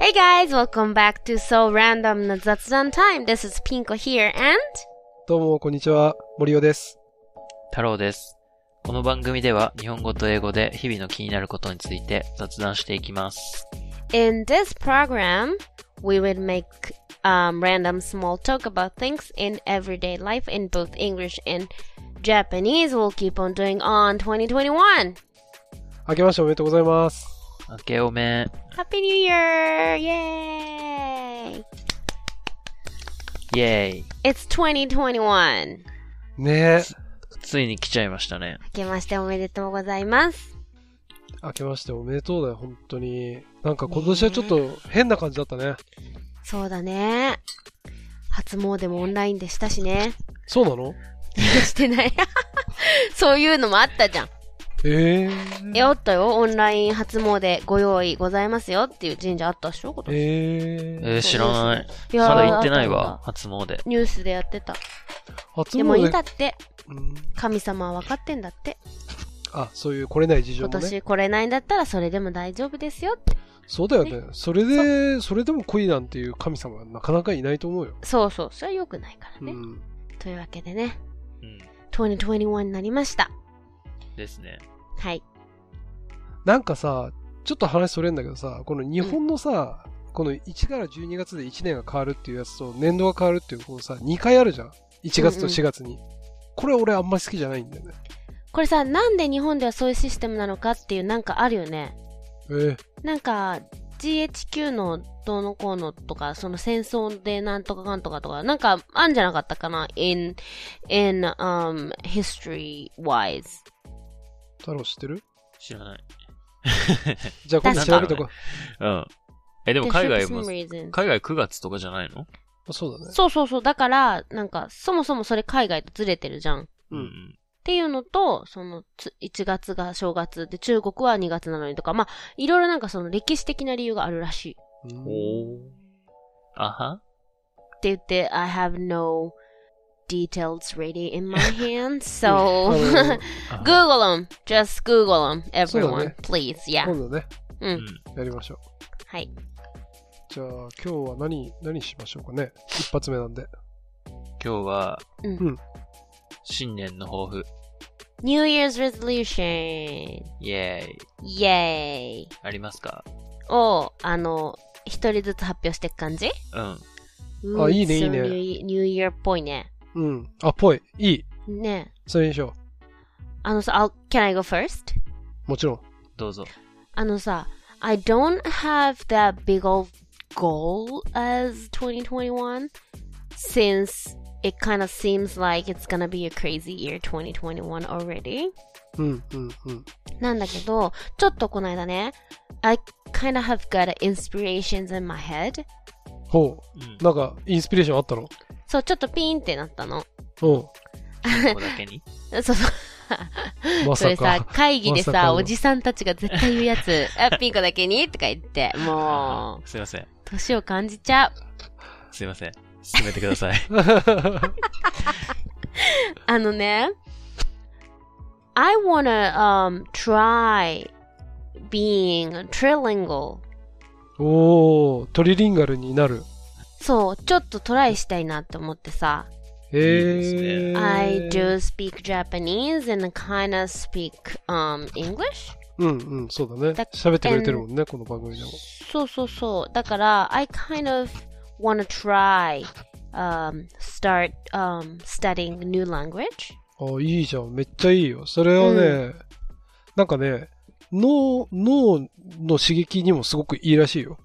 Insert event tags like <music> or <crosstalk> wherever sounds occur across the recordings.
Hey guys, welcome back to So Random の雑談 Time. This is Pinko here and どうも、こんにちは。森尾です。太郎です。この番組では日本語と英語で日々の気になることについて雑談していきます。 in this program, we will make um, random small talk about things in everyday life in both English and Japanese. We'll keep on doing on 2021. 明けましておめでとうございます。明けおめ。 Happy New Year! Yay! イェーイ。 It's 2021. ねえ。ついに来ちゃいましたね。明けましておめでとうございます。明けましておめでとうだよ、本当に。なんか今年はちょっと変な感じだったね。そうだね。初詣もオンラインでしたしね。そうなのしてない。 <laughs> そういうのもあったじゃん。えええ、あったよ。オンライン初詣ご用意ございますよっていう神社あったっしょ今年えええー、知らない。いやーまだ行ってないあっわ。た初詣。ニュースでやってた。初でもいいん詣だって。うん神様は分かってんだって。あ、そういう来れない事情今もね。年来れないんだったらそれでも大丈夫ですよって。そうだよね。それで、それでも恋なんていう神様はなかなかいないと思うよ。そうそう。それは良くないからうね。ん。というわけでね。うん。 2021になりました。ですね。はい。なんかさ、ちょっと話それんだけどさ、この日本のさ、この1から12月で1年が変わるっていうやつと、年度が変わるっていう、こうさ、2回あるじゃん。1月と4月に。これ俺あんまり好きじゃないんだよね。これさ、なんで日本ではそういうシステムなのかっていうなんかあるよね。えなんか、GHQ のどうのこうのとか、その戦争でなんとかかんとかとか、なんかあんじゃなかったかな ?in, in, um, history wise. 太郎知ってる知ら <laughs> ない。じゃあ今度確調かべにとこう。うん。え、でも There 海 should be 外 some も、 reason. 海外9月とかじゃないのあそうだね。そうそうそう。だから、なんか、そもそもそれ海外とずれてるじゃん。っうんん。ていうのと、その、つ1月が正月で、中国は2月なのにとか、まあ、いろいろなんかその歴史的な理由があるらしい。うんおー。あはって言って、I have no details ready in my hand, <laughs> あ so... <laughs> のあは Google them. Just Google them, そうだ everyone, ね please. Yeah. 今度ね、う。うんん。やりましょう。はい。じゃあ今日は何、何しましょうかね。一発目なんで。今日は、うんうん新年の抱負。 New Year's resolution. イェーイ。イェーイ。ありますかを、あの、一人ずつ発表していく感じうん。うんいいね It's いいね so New, New Year っぽいね。うん。あ、ぽい。いい。ねそれにしよあのさ、I'll, can I go first? う。もちろん。<laughs> どうぞ。あのさ、I don't have that big old goal as 2021 since it kind of seems like it's gonna be a crazy year 2021 already. うん、うん、うん。なんだけど、ちょっとこの間ね、I kind of have got inspirations in my head. ほうんう。。なんか、インスピレーションあったのそう、ちょっとピーンってなったの。 <laughs> うん。ここだけに。そうそう。まそされさか。、会議でまさ、さかのおじさんたちが絶対言うや <laughs> つ、あ、ピンコだけにとか言って、もう、すいません。年を感じちゃう。すいません。進めてくだ <laughs> さい。あのね、I wanna, um, try being trilingual. <laughs> おー、トリリンガルになる。そう、ちょっとトライしたいなって思ってさ、へえ。 I do speak Japanese and kind of speak um, English. うんうん、そうだねだ。喋ってくれてるもんね、この番組でも。そうそうそう。だから、I kind of wanna try um, start um, studying new language. あ、いいじゃん。めっちゃいいよ。それはね、うなんかね、脳、脳の刺激にもすごくいいらしいよ。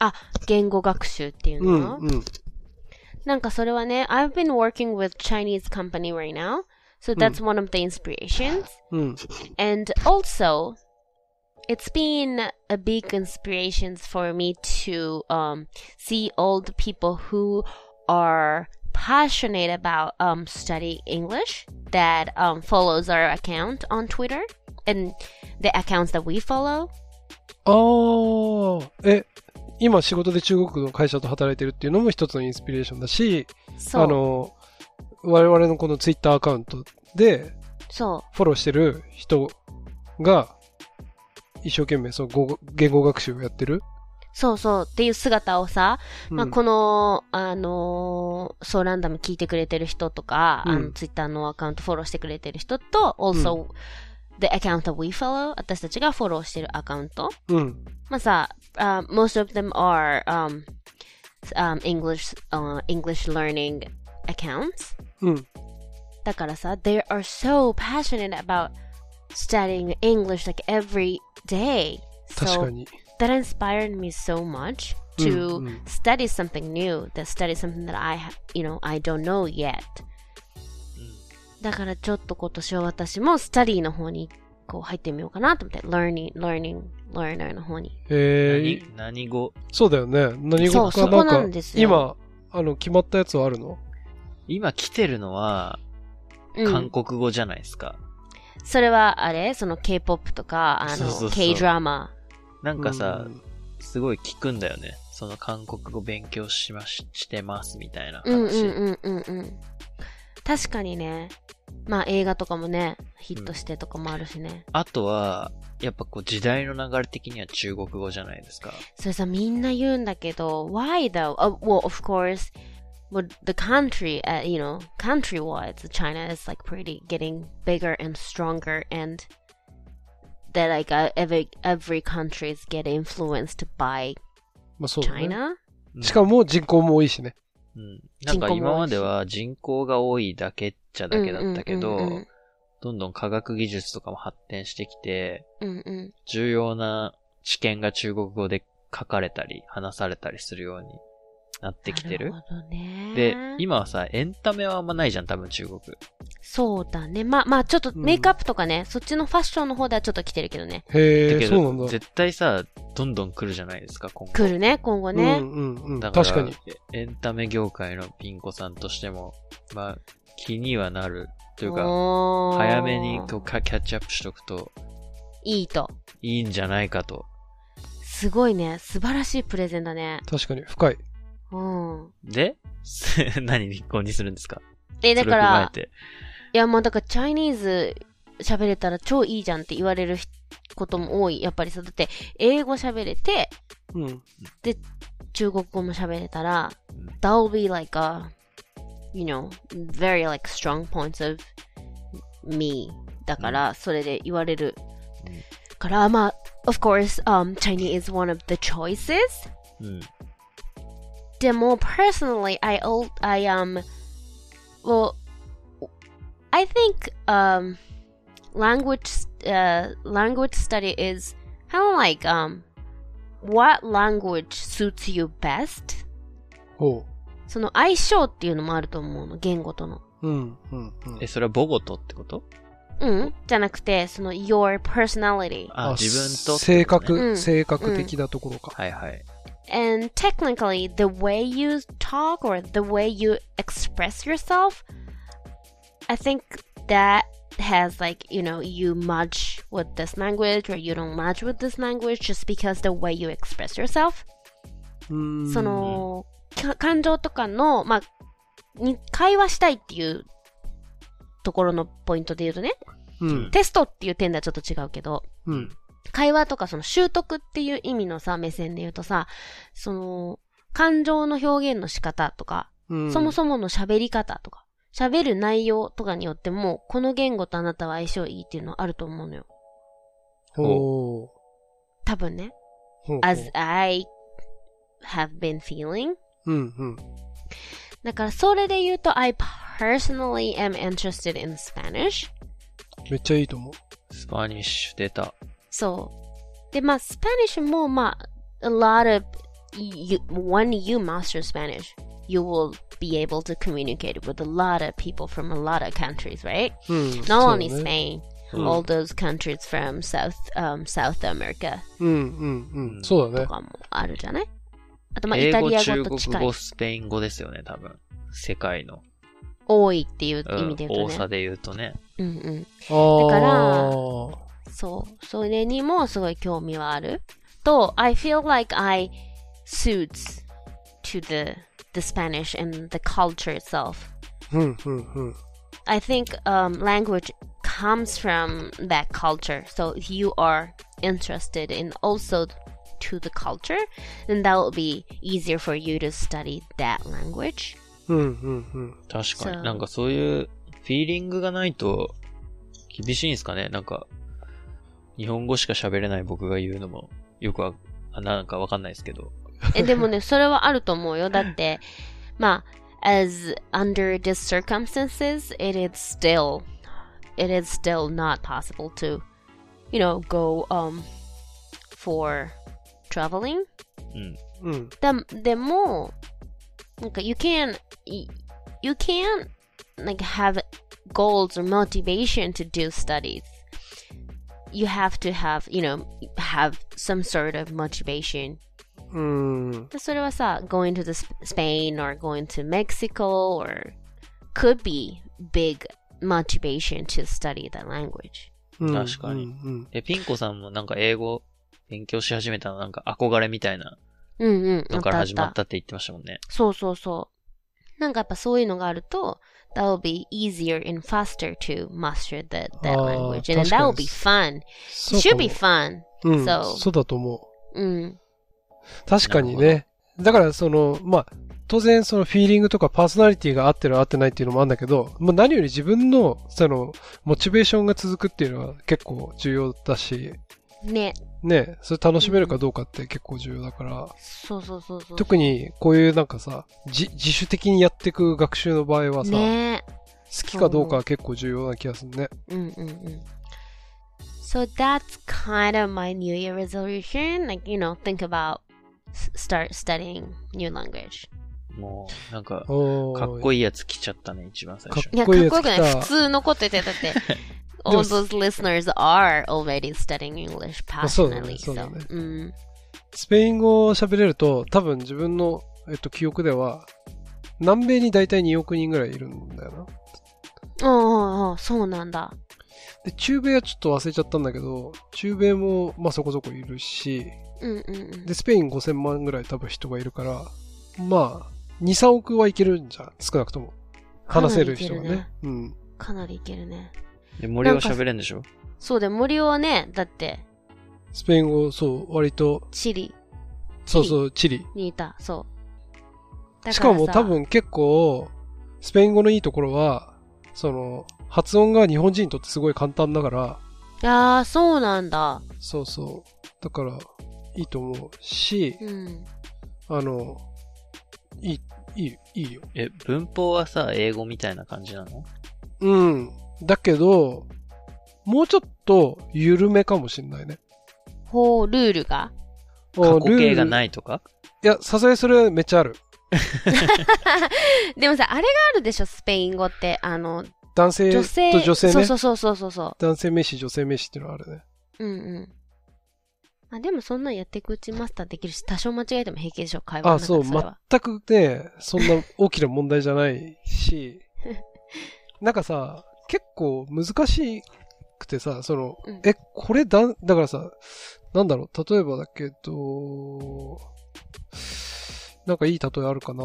あ、言語学習っていううの、んうん。なんかそれはね、I've been working with Chinese company right now. So Mm. that's one of the inspirations. うん。 And also, it's been a big inspiration for me to um, see all the people who are passionate about um, study English that um, follows our account on Twitter and the accounts that we follow. あー、え、今仕事で中国の会社と働いてるっていうのも一つのインスピレーションだし、あ So, の、我々のこのツイッターアカウントで so フォローしてる人が、一生懸命その語言語学習をやってるそうそうっていう姿をさ、うんまあ、この、あのーそうランダム聞いてくれてる人とか、うんあのツイッターのアカウントフォローしてくれてる人と、also、the account that we follow 私たちがフォローしてるアカウントうん。まあさ、uh, most of them are um, um, English,、uh, English learning accounts うん。だからさ they are so passionate about studying English like every day 確か so に。 that inspired me so much うんう to ん study something new that study something that I ha- you know I don't know yet だからちょっと今年は私も study の方にこう入ってみようかなと思って learning learning learner の方にえー、何何語そうだよね。何そ語うかそこななんんかですよ今、あの、決まったやつはあるの今来てるのは、うん韓国語じゃないですか。それはあれその K-POP とか、あそうそうその、う K ドラマ。なんかさ、うんすごい聞くんだよね。その韓国語勉強しまし、してますみたいな話。うんうんうんうんうん。確かにね。まあ映画とかもね、ヒットしてとかもあるしね。あとは、やっぱこう時代の流れ的には中国語じゃないですか。それさ、みんな言うんだけど、why though? Oh, well, of course, well, the country, uh, you know, country-wise, China is like pretty getting bigger and stronger and that like uh, every, every country is getting influenced by まあそうだね China? うんしかも人口も多いしね。うん。なんか今までは人口が多いだけっちゃだけだったけうんうんうんうどん、どんどん科学技術とかも発展してきて、うんうん。重要な知見が中国語で書かれたり、話されたりするようになってきてる。なるほどね。で、今はさ、エンタメはあんまないじゃん、多分中国。そうだね。まあまあ、ちょっとうんメイクアップとかね、そっちのファッションの方ではちょっと来てるけどね。へだえ、けそうなんど、だ。絶対さ、どんどん来るじゃないですか、今後。来るね、今後うね。んうんうん。だから確かに。エンタメ業界のピン子さんとしても、まあ、気にはなる。というか、おー早めにこうかキャッチアップしとくといいと。いいんじゃないかと。すごいね。素晴らしいプレゼンだね。確かに。深い。うん。で、 <laughs> 何立候にするんですかえ、だかそれを踏まらえ、て。いや、まあだから、チャイニーズ喋れたら超いいじゃんって言われることも多い。やっぱりさ、だって、英語喋れて、うん。中国語も喋れたらうん、 that'll be like a, you know, very like strong points of me. だから、それで言われるうん。から、まあ、of course, um, Chinese is one of the choices. うん。でも、personally, I, al- I, um, well, I think, um, language, uh, language study is kind of like, um, what language suits you best? ほその相性っていうのもあると思うの、言語との。う。うんうんうんえ、。それはボゴトってことうんじゃなくて、その your personality. あ、自分と、性う格、ん性格的なところか。はいはい。 And technically, the way you talk or the way you express yourself, I think that has like, you know, you match with this language or you don't match with this language just because the way you express yourself. うーんそ、の、か感情とかの、まあ、に会話したいっていうところのポイントで言うとね、うん。テストっていう点ではちょっと違うけど、うん。会話とかその習得っていう意味のさ、目線で言うとさ、その、感情の表現の仕方とか、うん。そもそもの喋り方とか、喋る内容とかによっても、この言語とあなたは相性いいっていうのはあると思うのよ。ほう。ほ多分ね。うほう。 as I have been feeling. うんうん。だからそれで言うと、I personally am interested in Spanish. めっちゃいいと思う。スパニッシュ出た。そう。で、まあ、スパニッシュも、まあ、a lot of, you, when you master Spanish, you will be able to communicate with a lot of people from a lot of countries, right? うん。 Not only そう Spain, ね Hmm. うん all those countries from South, um, South America うんうんうん。そうだとね。かもあるじゃないあと、まあ、イ Oh, 英タ語、リア中語と国近い語、。スペイン語ですよね、多分。世界の。多いっていうう意ん味で言う多とさね。で言うとね。うんうん。あだからあ。そう。それにもすごい興味はある。と、I feel like I suits to the, the Spanish and the culture itself. うんうんうん。 I think um, language comes from that culture. So if you are interested in also to the culture, then that will be easier for you to study that language. うんうんうん。確かそうに。なんかそういうフィーリングがないと厳しいんですかねなんか、日本語しか喋れない僕が言うのもよくわ、あなんかわかんないですけど。え、でもね、それはあると思うよ。だって、まあ、as under the circumstances, it is still, it is still not possible to, you know, go, um, for traveling. うん。うん。だでも、なんか、you can, y- you can, like, have goals or motivation to do studies. You have to have, you know, have some sort of motivation うん。でそれはさ、going uh, to the Sp- Spain or going to Mexico or could be big motivation to study the language. うん確かに。うんえ、ピンコさんもなんか英語勉強し始めたのなんか憧れみたいなうんうん。のから始まっあたって言ってましたもんね。た。そうそうそう。なんかやっぱそういうのがあると、that will be easier and faster to master the, that language. あー And then 確か that に will be fun. そ It should うかも be fun. Mm. うん so- そうだと思う。うん。確かにね。だから、その、まあ、当然、そのフィーリングとかパーソナリティが合ってる合ってないっていうのもあるんだけど、まあ、何より自分の、その、モチベーションが続くっていうのは結構重要だし、ね。ね、それ楽しめるかどうかって結構重要だから、そうそうそうそう。特にこういうなんかさ、じ自主的にやっていく学習の場合はさ、ね。好きかどうかは結構重要な気がするね。 Mm-mm-mm. So that's kind of my New Year resolution. Like, you know, think about s- start studying new language. もう、なんか、おーかっこいいやつ来ちゃったね、一番最初か。かっこいいやつ来た。いや、かっこよくない普通のこと言ってたって All <laughs> でも、 those listeners are already studying English そうだね、 passionately. So, そうだね。 mm. スペイン語を喋れると、多分自分の、えっと、記憶では、南米に大体2億人ぐらいいるんだよな。ああ、そうなんだ。で、中米はちょっと忘れちゃったんだけど、中米も、まあそこそこいるし、うんうんうん。で、スペイン5000万ぐらい多分人がいるから、まあ、2、3億はいけるんじゃん、少なくとも。話せる人がね。うん。かなりいけるね。かなりいけるね。そうで、森生はね、だって、で、森は喋れんでスしょペイン語、そう、割と、チリそうそう、チリ。にいた。そう。だらさしかも多。分結構、スペイン語のいいところは、その、発音が日本人にとってすごい簡単だから、ああ、そうなんだ。そうそう。だから、いいと思うし、うん。あの、いい、いい、いいよ。え、文法はさ、英語みたいな感じなのうん。だけど、もうちょっと緩めかもしんないね。ほう、ルールが。過去形がい。ないとかいや、さすがにそれめっちゃある。でもさ、あれがあるでしょ、スペイン語って。あの、男性女と性。女性ね。そうそうそうそうそ男性名詞、女性名詞っていうのはあるね。う。うんうん。あ、でもそんなんやっていくうちマスターできるし、多少間違えても平気でしょ、会話のあ、中でそう、それは。全くね、そんな大きな問題じゃない <laughs> し、なんかさ、結構難しくてさ、その、うんえ、これだ、だからさ、なんだろう、例えばだけど、なんかいい例えあるかな。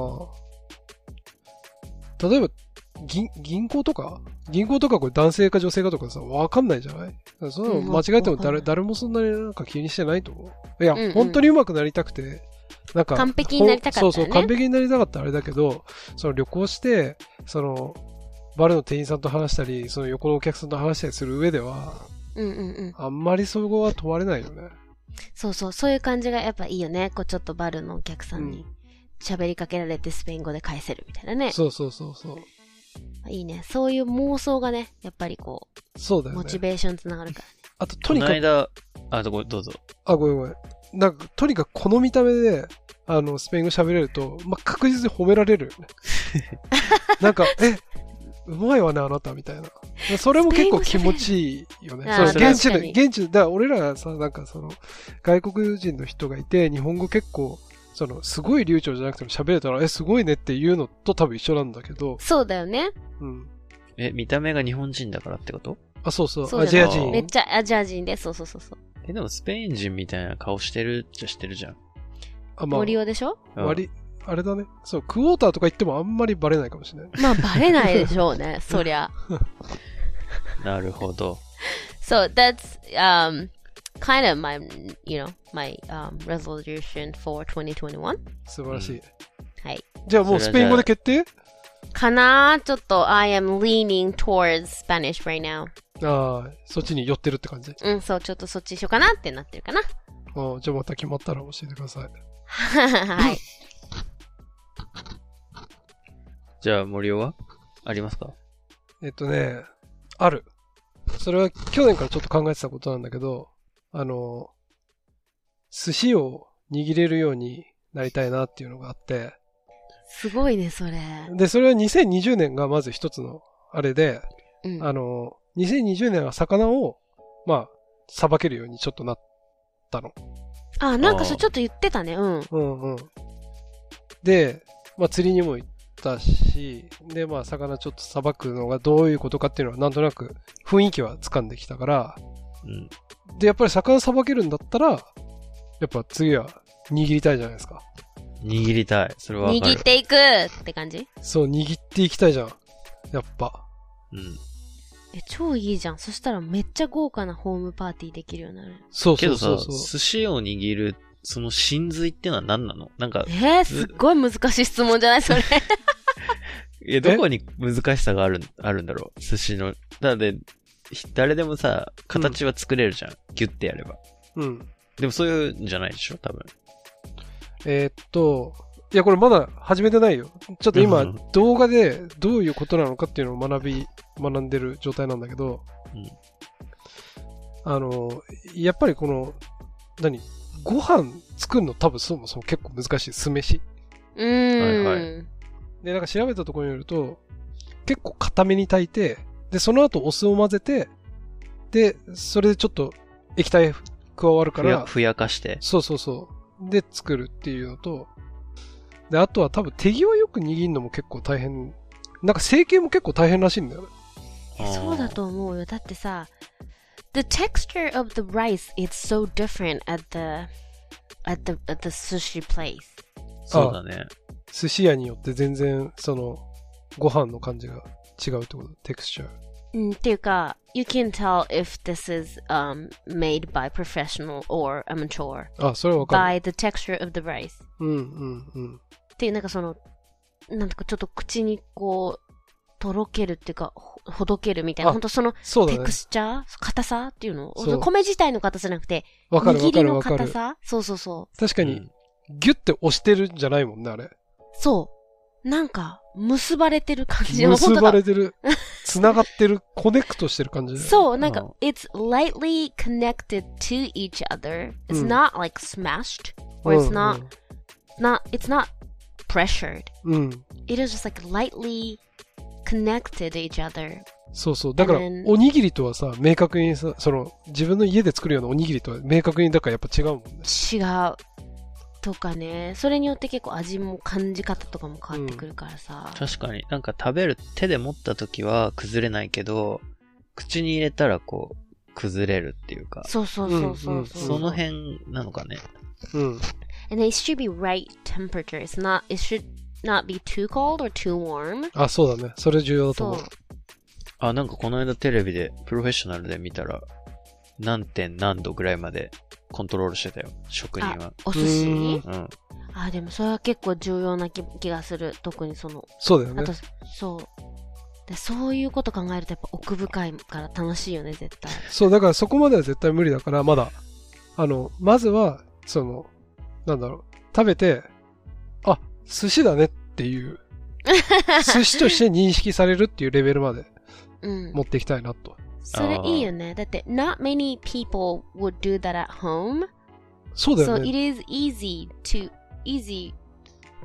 例えば、銀、銀行とか銀行とかこれ男性か女性かとかさ、わかんないじゃないその間違えてうんもわかんな誰、い誰もそんなになんか気にしてないと思う。いや、うんうん本当に上手くなりたくて、なんか、完璧になりたかったらねそうそう、完璧になりたかったらあれだけど、その旅行して、その、バルの店員さんと話したり、その横のお客さんと話したりする上では、うんうんうん。あんまりそこは問われないよね。そうそう、そういう感じがやっぱいいよね。こう、ちょっとバルのお客さんに喋りかけられてスペイン語で返せるみたいなね。そうそうそうそう。いいね。そういう妄想がね、やっぱりこそうだう、よモチね。ベーションつながるから。あと、とこにのかく、間、あ、どこ、どうぞ。あ、ごめんごめん。なんか、とにかくこの見た目で、あの、スペイン語喋れると、まあ、確実に褒められるよ <laughs> ね。なんか、え、うまいわね、あなた、みたいな。それも結構気持ちいいよね。スペイン語そあーれ現地の、確かに現地の、だから俺らがさ、なんかその、外国人の人がいて、日本語結構、その、すごい流暢じゃなくても喋れたら、え、すごいねっていうのと多分一緒なんだけど、そうだよね。うん。え、見た目が日本人だからってことあ、そうそう、そうアじジゃアない人。めっちゃアジア人で、そうそうそうそう。え、でもスペイン人みたいな顔してるっちゃしてるじゃん。あ、まあ、森尾でしょうん割り、あれだね。そう、クォーターとか言ってもあんまりバレないかもしれない。まあ、バレないでしょう <laughs> ね、そりゃ。なるほど。 So that's um kind of my, you know, my um, resolution for 2021. 素晴らしい。はい。じゃあもうスペイン語で決定かなちょっと I am leaning towards Spanish right now. ああ、そっちに寄ってるって感じ。うん、そう、ちょっとそっちにしようかなってなってるかな。 <laughs> ああじゃあまた決まったら教えてください。はい。じゃあ、森尾はありますかえっとね、ある。それは去年からちょっと考えてたことなんだけど、あの、寿司を握れるようになりたいなっていうのがあって、すごいね、それ。で、それは2020年がまず一つのあれで、うん。あの、2020年は魚を、まあ、さばけるようにちょっとなったの。あ、なんかそれちょっと言ってたね。うん。うんうん。で、まあ、釣りにも行ったし、で、まあ、魚ちょっとさばくのがどういうことかっていうのは、なんとなく雰囲気はつかんできたから、うん。で、やっぱり魚さばけるんだったら、やっぱ次は握りたいじゃないですか。握りたい。それはわか握るっ。ていくって感じそう、握っていきたいじゃん。やっぱ。うん。え、超いいじゃん。そしたらめっちゃ豪華なホームパーティーできるようになる。そうけそどうさそうそう。寿司を握る、その真髄ってのは何なのなんか、えー、すっごい難しい質問じゃない <laughs> それ。いや、どこに難しさがある、あるんだろう寿司の。だって、ひ誰でもさ、形は作れるじゃん。ギュッてやれば。うん。でもそういうんじゃないでしょ多分。えーっと、いや、これまだ始めてないよ。ちょっと今、うん動画でどういうことなのかっていうのを学び、学んでる状態なんだけど、うんあの、やっぱりこの、何ご飯作るの多分そもそも結構難しい。酢飯。うーん。はいで、なんか調べたところによると、結構固めに炊いて、で、その後お酢を混ぜて、で、それでちょっと液体加わるかふや、ら、ふやかして。そうそうそう。で、作るっていうのと、で、あとは多分手際よく握るのも結構大変。なんか成形も結構大変らしいんだよね。えそうだと思うよ。だってさ、the texture of the rice is so different at the at the at the sushi place. そうだね。寿司屋によって全然、その、ご飯の感じが違うってこと。テクスチャー。うんっていうか、you can tell if this is um made by professional or amateur あ、それはわかる。 by the texture of the rice. うんうんうん。っていうなんかその、なんとかちょっと口にこう、とろけるっていうか、ほほどけるみたいな、あ本当そのそうテだねク。スチャー、硬さっていうのそう米自体の硬さじゃなくて、わかるわ握かりるのわか硬る。さそうそうそう。確かうにん、ギュッて押してるんじゃないもんね、 <laughs> あれ。そう。なんか、結ばれてる感じ。結ばれててる。繋がってる。コネクトしてる感じ。う。 <laughs> そう、なんかうん、 it's lightly connected to each other. う It's ん not like smashed, or it's ん not, not, it's not pressured. うん。うん。 It is just like lightly connected to each other. そうそう。だから And then-、おにぎりとはさ、明確にさ、その、自分の家で作るようなおにぎりとは明確に、だからやっぱ違うもんね。違う。とかね、それによって結構味も感じ方とかも変わってくるからさ。確かに。なんか食べる、手で持った時は崩れないけど、口に入れたらこう、崩れるっていうか。そうそうそうそう。ううんうんその辺なのかね。うん。 And it should be right temperature. It's not. It should not be too cold or too warm. あ、そうだね。それ重要だと思う。あ、なんかこの間テレビで、プロフェッショナルで見たら、何点何度ぐらいまでコントロールしてたよ。職人は。お寿司うにうん。あ、でもそれは結構重要な気気がする。特にその、そうだよあとね。、そう。でそういうこと考えるとやっぱ奥深いから楽しいよね、絶対。そう、だからそこまでは絶対無理だから、まだ。あの、まずは、その、なんだろう。食べて、あ、寿司だねって <laughs> いう。寿司として認識されるっていうレベルまでうん。持っていきたいなと。それいいよね。だって、not many people would do that at home. そうだ So よ it ね。 is easy to, easy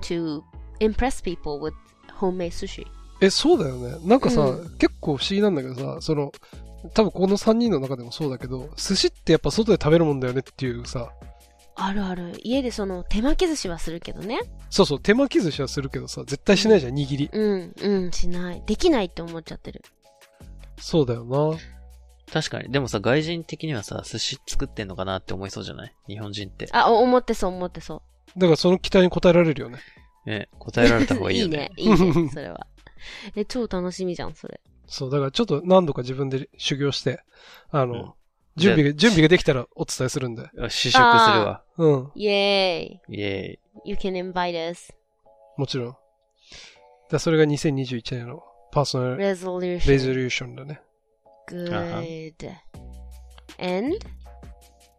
to impress people with homemade sushi. え、そうだよね。なんかさ、う結構不思議なんだけどさ、その、多分この3人の中でもそうだけど、寿司ってやっぱ外で食べるもんだよねっていうさ、あるある。家でその手巻き寿司はするけどね。そうそう、手巻き寿司はするけどさ、絶対しないじゃん、握り。うん、うん、しない。できないって思っちゃってる。そうだよな。確かに。でもさ、外人的にはさ、寿司作ってんのかなって思いそうじゃない日本人って。あ、お思ってそう、思ってそだからその期待に応えられるよね。ね、う。答えられた方 <laughs> がいいよね。いいね、いいね、それは。え、超楽しみじゃん、それ。そう、だからちょっと何度か自分で修行して、あの、うん準備が、準備ができたらお伝えするんで。あ試食するわ。うん、 Yay! イェーイ。 You can invite us. もちろん。だそれが2021年のパーソナル Resolution. レゾリューションだね。 Good. And?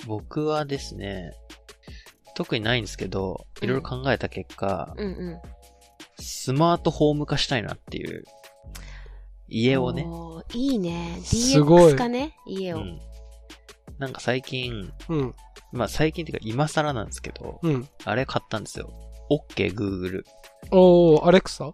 僕はですね、特にないんですけど、いろいろ考えた結果、うんうん。スマートホーム化したいなっていう。家をね。おー。いいね。すごい DX かね家うを。ん。なんか最近、うん、まあ最近っていうか今更なんですけど、うん。あれ買ったんですよ。OK Google。おー、アレクサ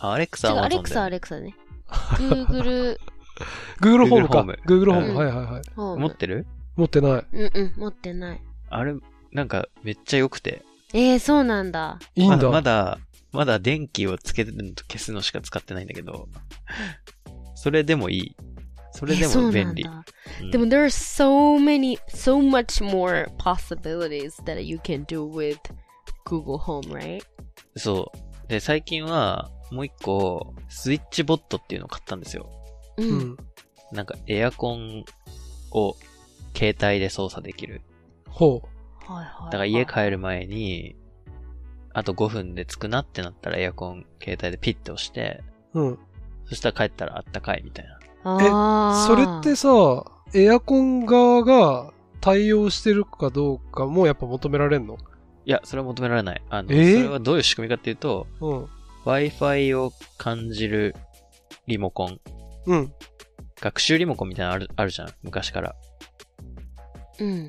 あアレク違サう、はアレクサ、アレクサね。Google <laughs> ?Google ホーム Google かホーム。 Google ホーうム。んはいはいはい。ホー持っム。てる持ってない。うんうん、持ってない。あれ、なんかめっちゃ良くて。えー、そうなんだ。いいんだ。まだ、まだ、まだ電気をつけるのと消すのしか使ってないんだけど、 <laughs> それでもいい。それでえそうなもん便利。だうんでも、there are so many, so much more possibilities that you can do with Google Home, right? そう。で、最近は、もう一個、スイッチボットっていうのを買ったんですよ。う。うんん。なんか、エアコンを携帯で操作できる。ほはいはい。だから家帰る前に、あと5分で着くなってなったらエアコン携帯でピッて押して、う。うん。そしたら帰ったらあったかいみたいな。あーそれって、さ、エアコン側が対応してるかどうかもやっぱ求められんのいや、それは求められない。あの、えーそれはどういう仕組みかっていうと、うん。 Wi-Fi を感じるリモコン。うん。学習リモコンみたいなのある、あるじゃん。昔から。うん。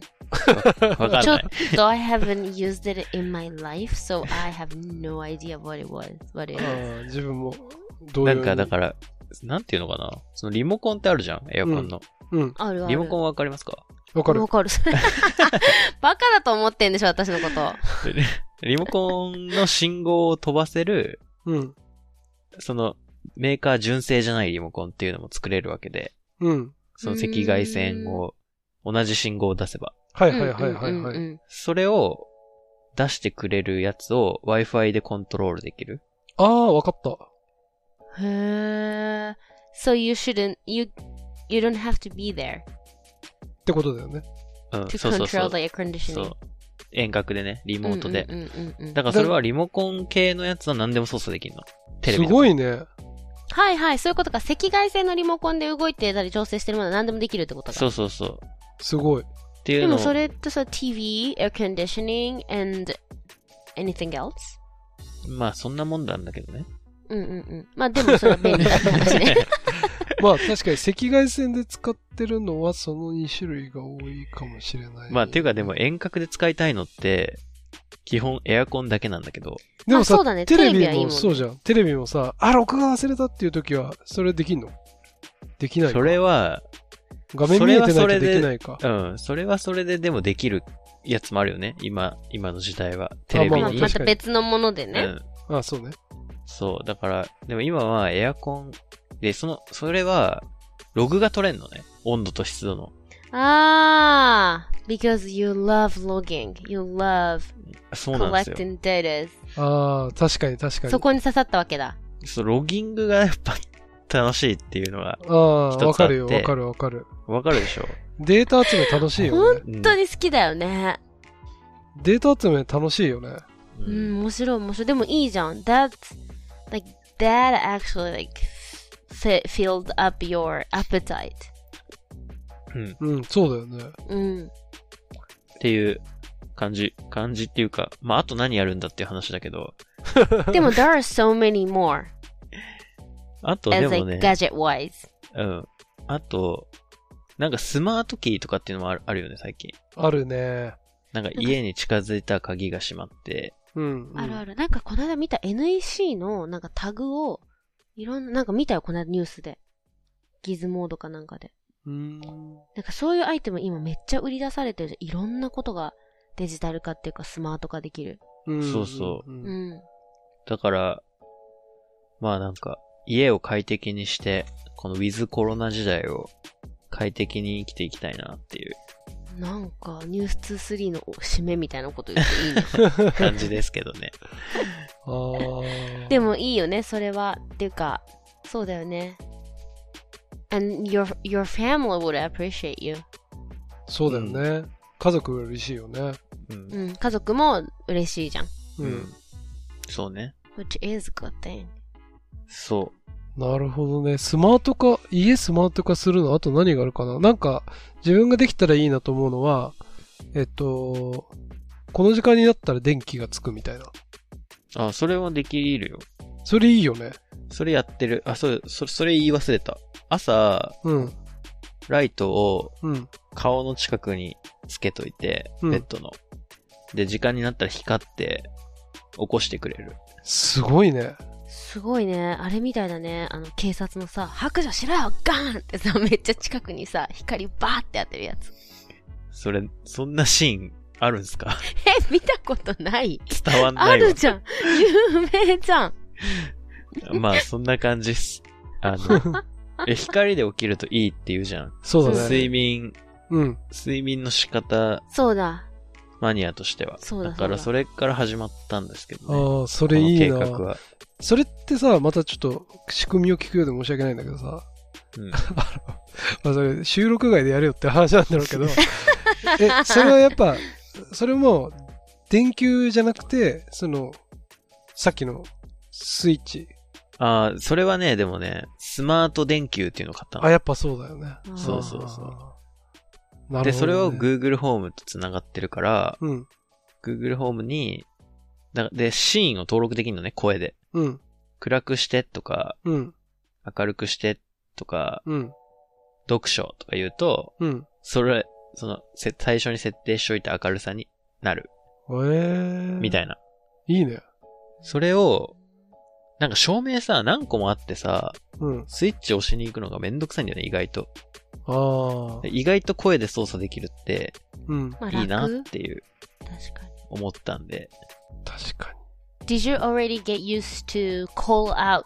わかんちょなっい。と I haven't used it in my life, so I have no idea what it was, what it あ is. ー自分も同な様んに。か、だから、なんていうのかな。そのリモコンってあるじゃん。エアコンの。うん。あるある。リモコンわかりますかわかるわ。かる。バカだと思ってんでしょ、私のこと。リモコンの信号を飛ばせる、うん。その、メーカー純正じゃないリモコンっていうのも作れるわけで、うん。その赤外線を、同じ信号を出せば。はいはいはいはいうんうんうはんうい。んそれを出してくれるやつを Wi-Fi でコントロールできる。ああ、わかった。へー So you shouldn't, you, you don't have to be there ってことだよね。うん、 to そうそうそ control う the。air conditioning. そう。遠隔でね、リモートでう。んうんうんうんうんだからそれはリモコン系のやつは何でも操作できるの。テレすビの。ごいね。はいはい、そういうことか。赤外線のリモコンで動いてたり調整してるものは何でもできるってことか。そうそうそう。すごい。っていでうものをそれってさ、TV, air conditioning, and anything else? Mm, まあそんなもんなんだけどね。うんうんうん。まあでもそれは便利だって話ね。 <laughs> まあ確かに赤外線で使ってるのはその2種類が多いかもしれない。 <laughs> まあていうかでも遠隔で使いたいのって、基本エアコンだけなんだけど、でもあさそうだ、ねテレテレビビはいいもんもねそうじゃん。テレビもさ、あ、録画忘れたっていう時は、それできんのできないそか。れは、画面そ見れえはてないとそれでできないか。うん、それはそれででもできるやつもあるよね。今、今の時代は。テレまビあまあに。ま確かたに別のものでうね。ん。あそうね。そう。だから、でも今はエアコン、で、その、それは、ログが取れんのね。温度と湿度の。あー Ah, because you love logging. You love そうなんですよ。 collecting data. ああ、確かに確かに。そこに刺さったわけだ。そう、ロギングがやっぱ楽しいっていうのは、ああ、一つあってわかるよ、わかるわかる。わかるでしょデータ集め楽しいよね。本本当に好きだよね。データ集め楽しいよね。ううんん、面白い面白い。でもいいじゃん。That's, like, that actually, like, fi- filled up your appetite. Mm. うん。うん、そうだよね。うん。っていう感じ。感じっていうか、まあ、あと何やるんだっていう話だけど、でも、there are so many more あとで as like もね、 gadget wise. うん。あと、なんかスマートキーとかっていうのもあるあるよね、最近。あるね。なんか家に近づいた鍵が閉まって、うん。うんあるある。なんかこの間見た NEC のなんかタグを、いろんな、なんか見たよ、この間ニュースで。ギズモードかなんかで。うん。なんかそういうアイテム今めっちゃ売り出されてるじゃん。いろんなことがデジタル化っていうかスマート化できる。うん。そうそううんん。だから、まあなんか、家を快適にして、このウィズコロナ時代を快適に生きていきたいなっていうなんか、ニュース2-3の締めみたいなこと言 <laughs> っていいね。感じですけどね。ああ。でもいいよね、それは。っていうか、そうだよね。And your, your family would appreciate you. そうだよね。家族嬉しいよね。う。うんん、家族も嬉しいじゃん。うん。そうね。 Which is a good thing. そなるほどね。スマート化、家スマート化するの、あと何があるかななんか、自分ができたらいいなと思うのは、えっと、この時間になったら電気がつくみたいな。う。あ、それはできるよ。それいいよね。それやってる。あ、そう、そそれ言い忘れた。朝、うん。ライトをうん。顔の近くにつけといて、うんベッドの。で、時間になったら光って、起こしてくれる。すごい <laughs> ね。すごいね。あれみたいだね。あの、警察のさ、白状しろよガーンってさ、めっちゃ近くにさ、光バーって当てるやつ。それ、そんなシーンあるんすか <laughs> え、見たことない伝わんあないわる。じゃん有名じゃんまあ、そんな感じっす。あ <laughs> の、え光で起きるといいって言うじゃん。そうだね。睡眠、うん。睡眠の仕方そうだ。マニアとしては。そうだだからそそうれから始まったんですけどね。こああ、そのれいい計な画。は。それってさ、またちょっと仕組みを聞くようで申し訳ないんだけどさ、 <laughs> うん。まあそれ収録外でやるよって話なんだろうけど、 <laughs> え、それはやっぱ、それも電球じゃなくて、その、さっきのスイッチ。ああ、それはね、でもね、スマート電球っていうのを買ったあ、の。やっぱそうだよね。そうそうそうう。なるほど、ね。で、それを Google ホームと繋がってるから、うん、 Google ホームに、だで、シーンを登録できるのね、声で。うん、暗くしてとか、うん、明るくしてとか、うん、読書とか言うと、うん。それ、その、せ最初に設定しといた明るさになる、えー、みたいいな。な。いいね。それを、なんか照明さ、何個もあってさ、うん。スイッチ押しに行くのがめんどくさいんだよね、意外と。ああで。意外と声で操作できるって、うん。まあ、楽いいなっていう、確かに。思ったんで。確か Did you already get used to call out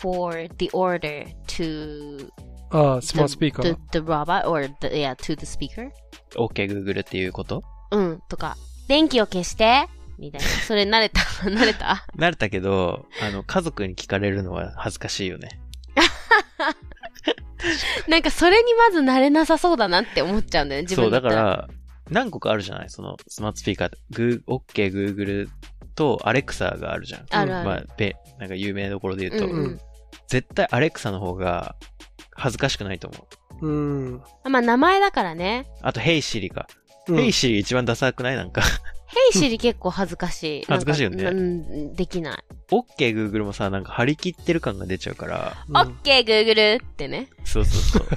for the order to に。ああ、スマ the, ートスピーカー the,。the robot or the, yeah, to the speaker? OK, Google っていうことうん、とか、電気を消してみたいな。それ慣れた <laughs> 慣れた慣れたけど、あの、家族に聞かれるのは恥ずかしいよね。なんかそれにまず慣れなさそうだなって思っちゃうんだよね、自そ分う、だった。からら、何個かあるじゃないその、スマートスピーカー、グー、OK, Google と Alexa があるじゃん。あるあるまあ、べ、なんか有名どころで言うと、うんうん絶対 Alexa の方が恥ずかしくないと思う。うん。うん。まあ名前だからね。あと、Hey Siri か。Hey Siri 一番ダサくないなんか。 <laughs> ヘイシリ結構恥ずかしい。恥ずかしいよねなんうん、できない。 OK, Google もさ、なんか張り切ってる感が出ちゃうから、オッケー、グーグルってね。そう <laughs> そうそう。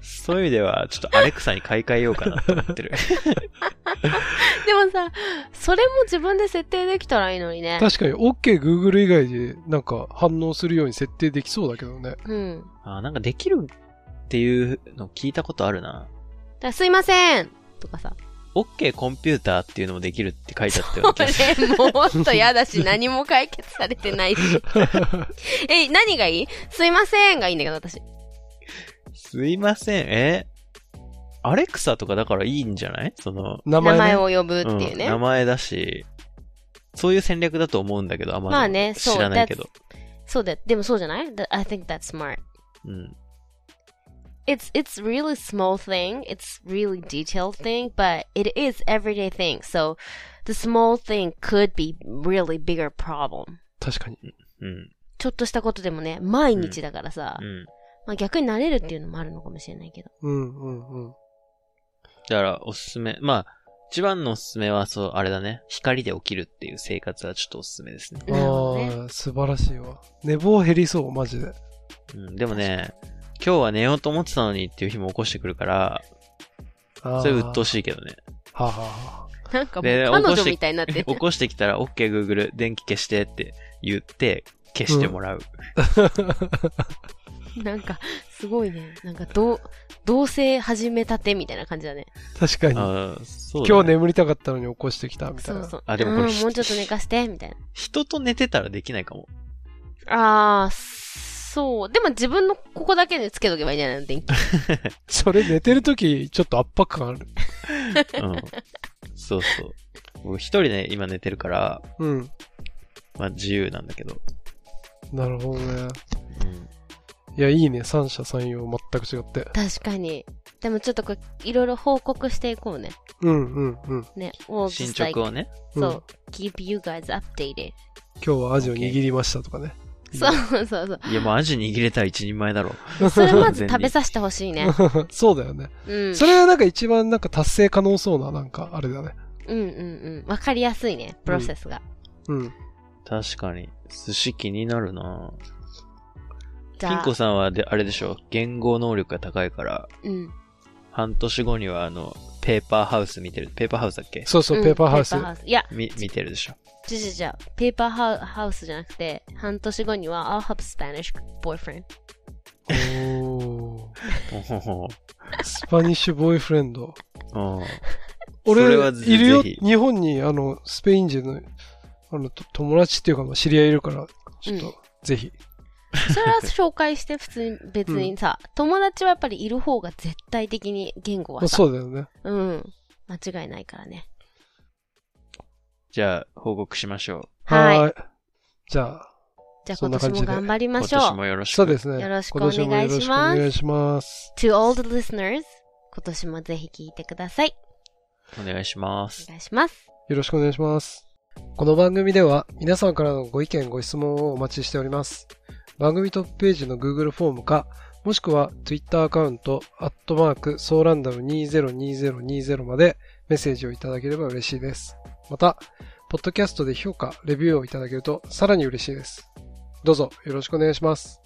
そういう意味では、ちょっと Alexa に買い替えようかなと思ってる。でもさ、それも自分で設定できたらいいのにね。確かに OK、Google 以外でなんか反応するように設定できそうだけどね。 <laughs> うん。だかあーなんかできるっていうの聞いたことあるな。らすいませんとかさ。 <laughs> OK コンピューターっていうのもできるって書いてあったようもな気がする。うね、もっと嫌だ <laughs> し、何も解決されてないし。 <laughs> え、何がいいすいませんがいいんだけど、私。すいません、えアレクサとかだからいいんじゃないその、名名前,、前,、ね、を呼ぶっていううんね。名前だし、そういう戦略だと思うんだけど、あんまり、まあねそう知らないけど。そうだ、でもそうじゃない That- ?I think that's smart. うん。 It's, it's really small thing. It's really detailed thing, but it is everyday thing. So the small thing could be really bigger problem. 確かに。うん。ちょっとしたことでもね、毎日だからさ、うん。まあ逆に慣れるっていうのもあるのかもしれないけど。うんうんうん。だから、おすすめ。まあ、一番のおすすめは、そう、あれだね。光で起きるっていう生活はちょっとおすすめですね。なるほどねああ、素晴らしいわ。寝坊減りそう、マジで。うん。でもね、今日は寝ようと思ってたのにっていう日も起こしてくるから、ああそれ鬱陶しいけどね。はあはあは <laughs> なんかもうで彼起こし女てみたいになってる <laughs> 起こしてきたら、OK Google、電気消してって言って、消してもらう。 <laughs> なんか、すごいね。なんか、どう、同棲始めたてみたいな感じだね。あ確かに。あーそうだね今日眠りたかったのに起こしてきたみたいそな。うそう。あでもこれうん、もうちょっと寝かして、みたい人と寝てたらできないかも。な。あー、そう。でも自分のここだけでつけとけばいいんじゃないの電気。それ寝てるとき、ちょっと圧迫感ある。うん。そうそう。僕一人ね、今寝てるから、うん。まあ自由なんだけど。なるほどね。うん。いや、いいね。三者三様、全く違って。確かに。でもちょっとこれいろいろ報告していこうね。うんうんうん。ね。We'll 進 just like, 捗をね。 so, keep you guys updated. 今日はアジを握りましたとかね。そうそうそう。いや、もうアジ握れたら一人前だろ。それまず食べさせてほしいね。 <laughs> そうだよね。うん。それはなんか一番なんか達成可能そうな、なんかあれだね。うんうんうん。わかりやすいね、プロセスが。うん。確かに。寿司気になるなじ金ゃあ子、さんはで、あれでしょ言語能力が高いから、うん。半年後にはあの、ペーパーハウス見てる。ペーパーハウスだっけそうそう、うんペーパーハウス。いや、み、見てるでしょ。じゃじゃじゃ、ペーパーハウハウスじゃなくて、半年後には I'll have Spanish boyfriend. おーおほほスパニッシュボーイフレンド。ほうん俺それはぜいるよ。ぜひ日本に、あの、スペイン人の、あの、と友達っていうか、まあ知り合いいるから、ちょっと、うんぜひ。それは紹介して、普通に、別にさ、友達はやっぱりいる方が絶対的に言語まはあ、さ、そうだよね。うん。間違いないからね。じゃあ、報告しましょはいーい。じゃあ、じゃあそん今年な感じもで頑張りう。ましょ今う。年もよろしく。そうですね。よろしく今年もよろしくお願いします。 To all the listeners, 今年もぜひ聞いてください。お願いしまおす。願いします。よろしくお願いします。この番組では皆さんからのご意見ご質問をお待ちしております。番組トップページの Google フォームか、もしくは Twitter アカウント、アットマーク、ソーランダム202020までメッセージをいただければ嬉しいです。また、ポッドキャストで評価、レビューをいただけるとさらに嬉しいです。どうぞよろしくお願いします。